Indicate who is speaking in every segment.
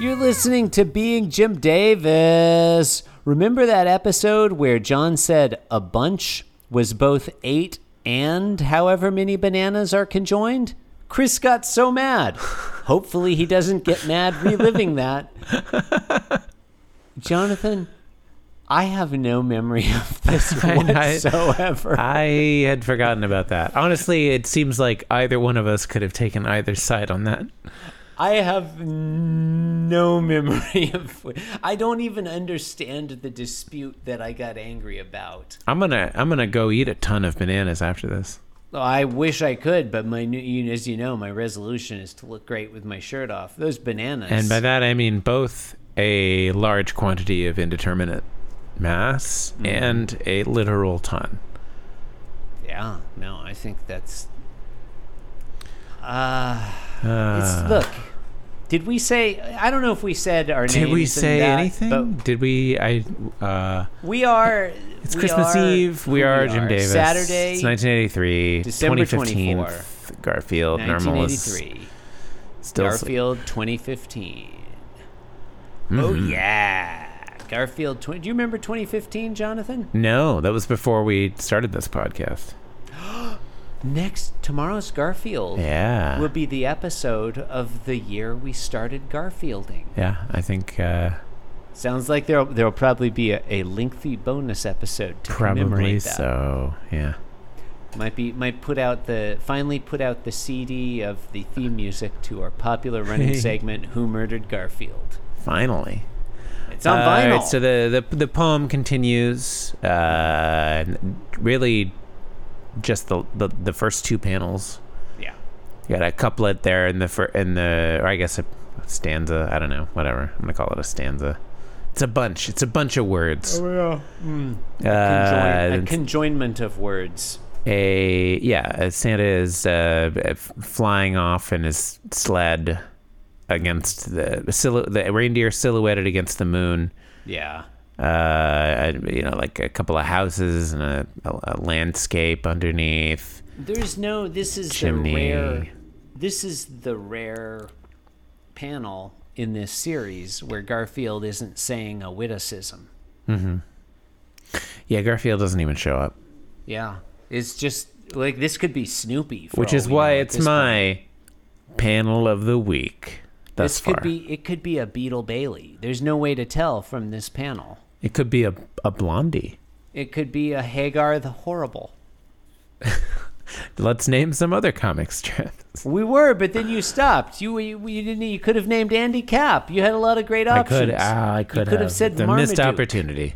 Speaker 1: listening to Being Jim Davis. Remember that episode where John said a bunch was both eight and however many bananas are conjoined? Chris got so mad. Hopefully, he doesn't get mad reliving that. Jonathan, I have no memory of this
Speaker 2: I-
Speaker 1: whatsoever.
Speaker 2: I had forgotten about that. Honestly, it seems like either one of us could have taken either side on that.
Speaker 1: I have no memory of. I don't even understand the dispute that I got angry about.
Speaker 2: I'm gonna I'm gonna go eat a ton of bananas after this.
Speaker 1: I wish I could, but my new, you- as you know, my resolution is to look great with my shirt off. Those bananas.
Speaker 2: And by that I mean both a large quantity of indeterminate mass
Speaker 1: Mm-hmm.
Speaker 2: and a literal ton.
Speaker 1: yeah, no, I think that's. Uh, it's
Speaker 2: Uh,
Speaker 1: look. Did we say? I don't know if we said our names.
Speaker 2: did we
Speaker 1: and
Speaker 2: say
Speaker 1: that,
Speaker 2: anything? Did we? I. Uh,
Speaker 1: but We are.
Speaker 2: it's
Speaker 1: we
Speaker 2: Christmas
Speaker 1: are
Speaker 2: Eve. We
Speaker 1: who
Speaker 2: are Jim Davis.
Speaker 1: Saturday,
Speaker 2: It's 1983.
Speaker 1: December
Speaker 2: 2015.
Speaker 1: 24.
Speaker 2: Garfield. Normal is
Speaker 1: 1983.
Speaker 2: still
Speaker 1: Garfield 2015.
Speaker 2: Mm-hmm.
Speaker 1: Oh yeah, Garfield. 20, do you remember 2015, Jonathan?
Speaker 2: No, that was before we started this podcast.
Speaker 1: Next tomorrow's Garfield
Speaker 2: Yeah.
Speaker 1: will be the episode of the year we started Garfielding.
Speaker 2: yeah, I think uh,
Speaker 1: Sounds like there there'll probably be a, a lengthy bonus episode to
Speaker 2: probably
Speaker 1: commemorate that.
Speaker 2: so. Yeah.
Speaker 1: Might be might put out the finally put out the CD of the theme music to our popular running segment Who Murdered Garfield.
Speaker 2: Finally.
Speaker 1: It's on
Speaker 2: All
Speaker 1: vinyl.
Speaker 2: right, so the, the the poem continues. Uh, n- really, just the, the the first two panels.
Speaker 1: yeah.
Speaker 2: You got a couplet there in the fir- in the or I guess a stanza. I don't know. Whatever. I'm gonna call it a stanza. It's a bunch. It's a bunch of words.
Speaker 1: Conjoin-
Speaker 2: Uh,
Speaker 1: Hmm. a conjoinment of words.
Speaker 2: a yeah uh, santa is uh, f- flying off in his sled against the the, silhou- the reindeer silhouetted against the moon
Speaker 1: Yeah.
Speaker 2: uh you know like a couple of houses and a, a, a landscape underneath
Speaker 1: There's no. This is
Speaker 2: Chimney.
Speaker 1: the rare. This is the rare panel in this series where Garfield isn't saying a witticism.
Speaker 2: yeah garfield doesn't even show up
Speaker 1: Yeah, it's just like this could be Snoopy, for
Speaker 2: which
Speaker 1: all
Speaker 2: is
Speaker 1: we know
Speaker 2: why
Speaker 1: at
Speaker 2: it's
Speaker 1: this point.
Speaker 2: my panel of the week thus
Speaker 1: This
Speaker 2: far
Speaker 1: could be. It could be a Beetle Bailey. There's no way to tell from this panel.
Speaker 2: it could be a, a blondie
Speaker 1: It could be a Hagar the Horrible.
Speaker 2: let's name some other comic strips
Speaker 1: We were, but then you stopped. You you, you didn't. You could have named Andy Cap. You had a lot of great
Speaker 2: i
Speaker 1: options.
Speaker 2: could ah, i could,
Speaker 1: could have said
Speaker 2: the missed
Speaker 1: Marmaduke.
Speaker 2: opportunity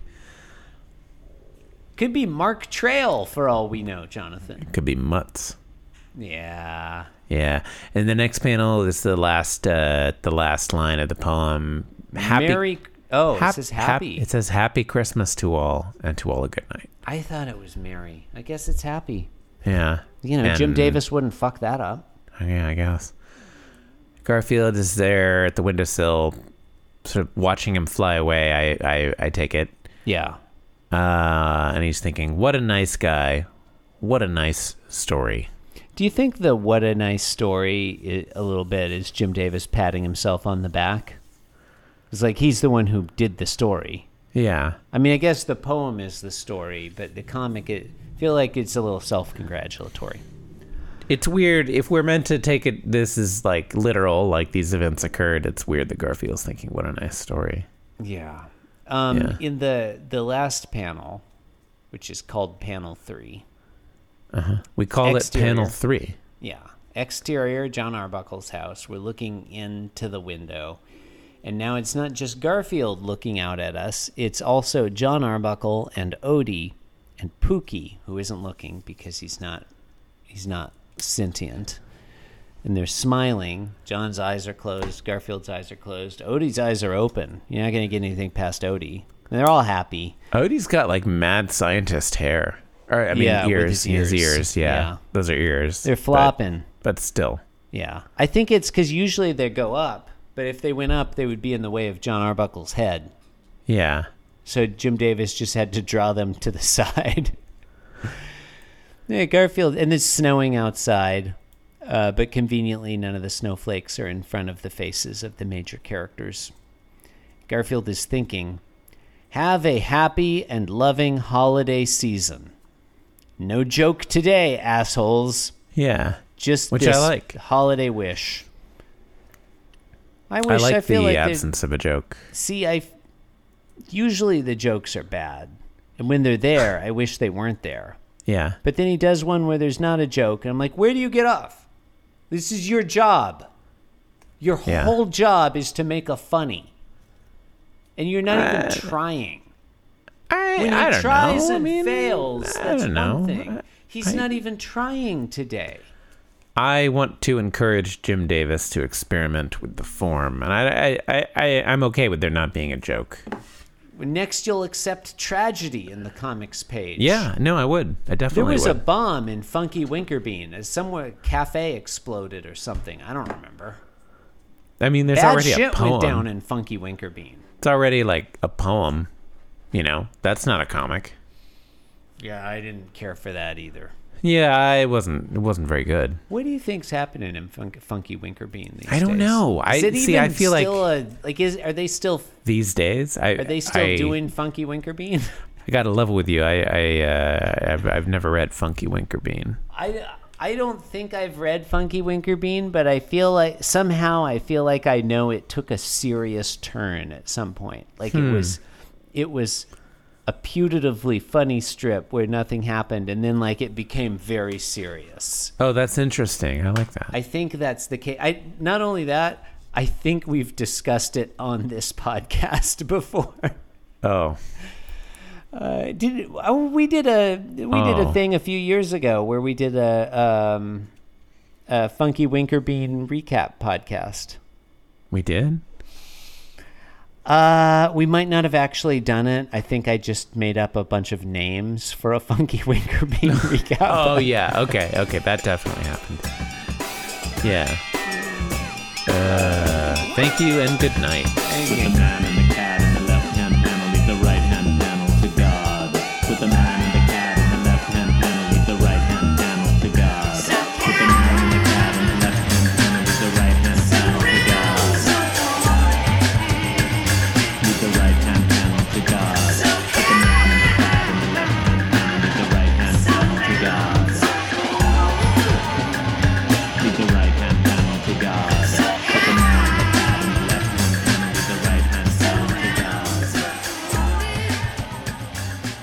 Speaker 1: Could be Mark Trail for all we know, Jonathan.
Speaker 2: could be mutts
Speaker 1: Yeah.
Speaker 2: Yeah, and the next panel is the last uh, the last line of the poem. Happy,
Speaker 1: Merry. Oh,
Speaker 2: hap-
Speaker 1: it says
Speaker 2: hap-
Speaker 1: happy.
Speaker 2: it says "Happy Christmas to all, and to all a good night."
Speaker 1: I thought it was Mary. I guess it's happy.
Speaker 2: Yeah,
Speaker 1: You know, Jim
Speaker 2: And- uh,
Speaker 1: Davis wouldn't fuck that up.
Speaker 2: Yeah, I guess. Garfield is there at the windowsill, sort of watching him fly away. I I, I take it,
Speaker 1: Yeah.
Speaker 2: uh, and he's thinking, "What a nice guy, what a nice story."
Speaker 1: Do you think the what a nice story i- a little bit is Jim Davis patting himself on the back? It's like he's the one who did the story.
Speaker 2: Yeah,
Speaker 1: I mean, I guess the poem is the story, but the comic, it, I feel like it's a little self-congratulatory.
Speaker 2: it's weird if we're meant to take it this is like literal like these events occurred it's weird that garfield's thinking what a nice story
Speaker 1: Yeah. Um,
Speaker 2: Yeah.
Speaker 1: In the the last panel, which is called panel three.
Speaker 2: we call
Speaker 1: Exterior.
Speaker 2: it panel three
Speaker 1: Yeah. Exterior, John Arbuckle's house. We're looking into the window. And now it's not just Garfield looking out at us, it's also John Arbuckle and Odie and Pookie, who isn't looking because he's not he's not sentient. And they're smiling. John's eyes are closed, Garfield's eyes are closed, Odie's eyes are open. You're not gonna get anything past Odie. And they're all happy.
Speaker 2: odie's got like mad scientist hair or i mean
Speaker 1: Yeah, with
Speaker 2: ears
Speaker 1: his
Speaker 2: his
Speaker 1: ears.
Speaker 2: ears yeah.
Speaker 1: Yeah.
Speaker 2: those are ears
Speaker 1: They're
Speaker 2: but-
Speaker 1: flopping.
Speaker 2: but, still
Speaker 1: Yeah. I think it's because usually they go up, but if they went up, they would be in the way of John Arbuckle's head.
Speaker 2: yeah
Speaker 1: So Jim Davis just had to draw them to the side. yeah, Garfield. And it's snowing outside, uh, but conveniently, none of the snowflakes are in front of the faces of the major characters. Garfield is thinking, Have a happy and loving holiday season. No joke today, assholes.
Speaker 2: Yeah.
Speaker 1: Just
Speaker 2: Which I
Speaker 1: this
Speaker 2: like.
Speaker 1: holiday wish. I wish
Speaker 2: I like
Speaker 1: I feel
Speaker 2: the
Speaker 1: like they'd-
Speaker 2: absence of a joke.
Speaker 1: See, I f- usually the jokes are bad, and when they're there, I wish they weren't there.
Speaker 2: Yeah.
Speaker 1: But then he does one where there's not a joke, and I'm like, where do you get off? This is your job. Your
Speaker 2: Yeah.
Speaker 1: whole job is to make a funny, and you're not even trying.
Speaker 2: I,
Speaker 1: When he
Speaker 2: I don't
Speaker 1: tries
Speaker 2: know. I
Speaker 1: and
Speaker 2: mean,
Speaker 1: fails,
Speaker 2: I
Speaker 1: that's
Speaker 2: don't
Speaker 1: one
Speaker 2: know.
Speaker 1: thing. He's not even trying today.
Speaker 2: I want to encourage Jim Davis to experiment with the form, and I, I, I, I I'm okay with there not being a joke.
Speaker 1: Next, you'll accept tragedy in the comics page.
Speaker 2: Yeah, no, I would. I
Speaker 1: There
Speaker 2: definitely
Speaker 1: was a
Speaker 2: would.
Speaker 1: bomb in Funky Winkerbean. As somewhere cafe exploded or something. I don't remember.
Speaker 2: I mean, there's
Speaker 1: Bad
Speaker 2: already a
Speaker 1: shit
Speaker 2: poem.
Speaker 1: went down in Funky Winkerbean.
Speaker 2: it's already like a poem. You know, that's not a comic.
Speaker 1: Yeah, I didn't care for that either.
Speaker 2: Yeah, I wasn't. It wasn't very good.
Speaker 1: What do you think's happening in Funk, Funky Winkerbean these
Speaker 2: I don't
Speaker 1: days?
Speaker 2: know. I-
Speaker 1: is it
Speaker 2: see,
Speaker 1: Even
Speaker 2: I feel like-
Speaker 1: still a, like is are they still
Speaker 2: These days, I
Speaker 1: are they still
Speaker 2: I-
Speaker 1: doing Funky Winkerbean?
Speaker 2: I gotta level with you. I, I uh, I've, I've never read Funky Winkerbean.
Speaker 1: I I don't think I've read Funky Winkerbean, but I feel like somehow I feel like I know it took a serious turn at some point. Like it was it was a putatively funny strip where nothing happened and then like it became very serious.
Speaker 2: Oh, that's interesting. I like that.
Speaker 1: I think that's the case. I not only that, I think we've discussed it on this podcast before.
Speaker 2: oh,
Speaker 1: Uh, did oh, we did a we did a
Speaker 2: Oh.
Speaker 1: thing a few years ago where we did a um a funky winkerbean recap podcast
Speaker 2: we did.
Speaker 1: uh we might not have actually done it i think i just made up a bunch of names for a funky winkerbean recap
Speaker 2: Oh yeah. Okay. Okay. That definitely happened. Yeah. Uh, thank you and good night.
Speaker 3: With the man and the cat in the left hand panel, leave the right hand panel to God. With the man and the cat in the left hand panel, leave the right hand panel to God. With the man and the cat in the left hand panel, leave the right hand panel to God. Leave the right hand panel to God. With the man and the cat in the left hand panel, leave the right hand panel to God. Leave the right hand panel to God. With the man and the cat in the left hand panel, leave the right hand panel to God. Leave the right hand panel to God.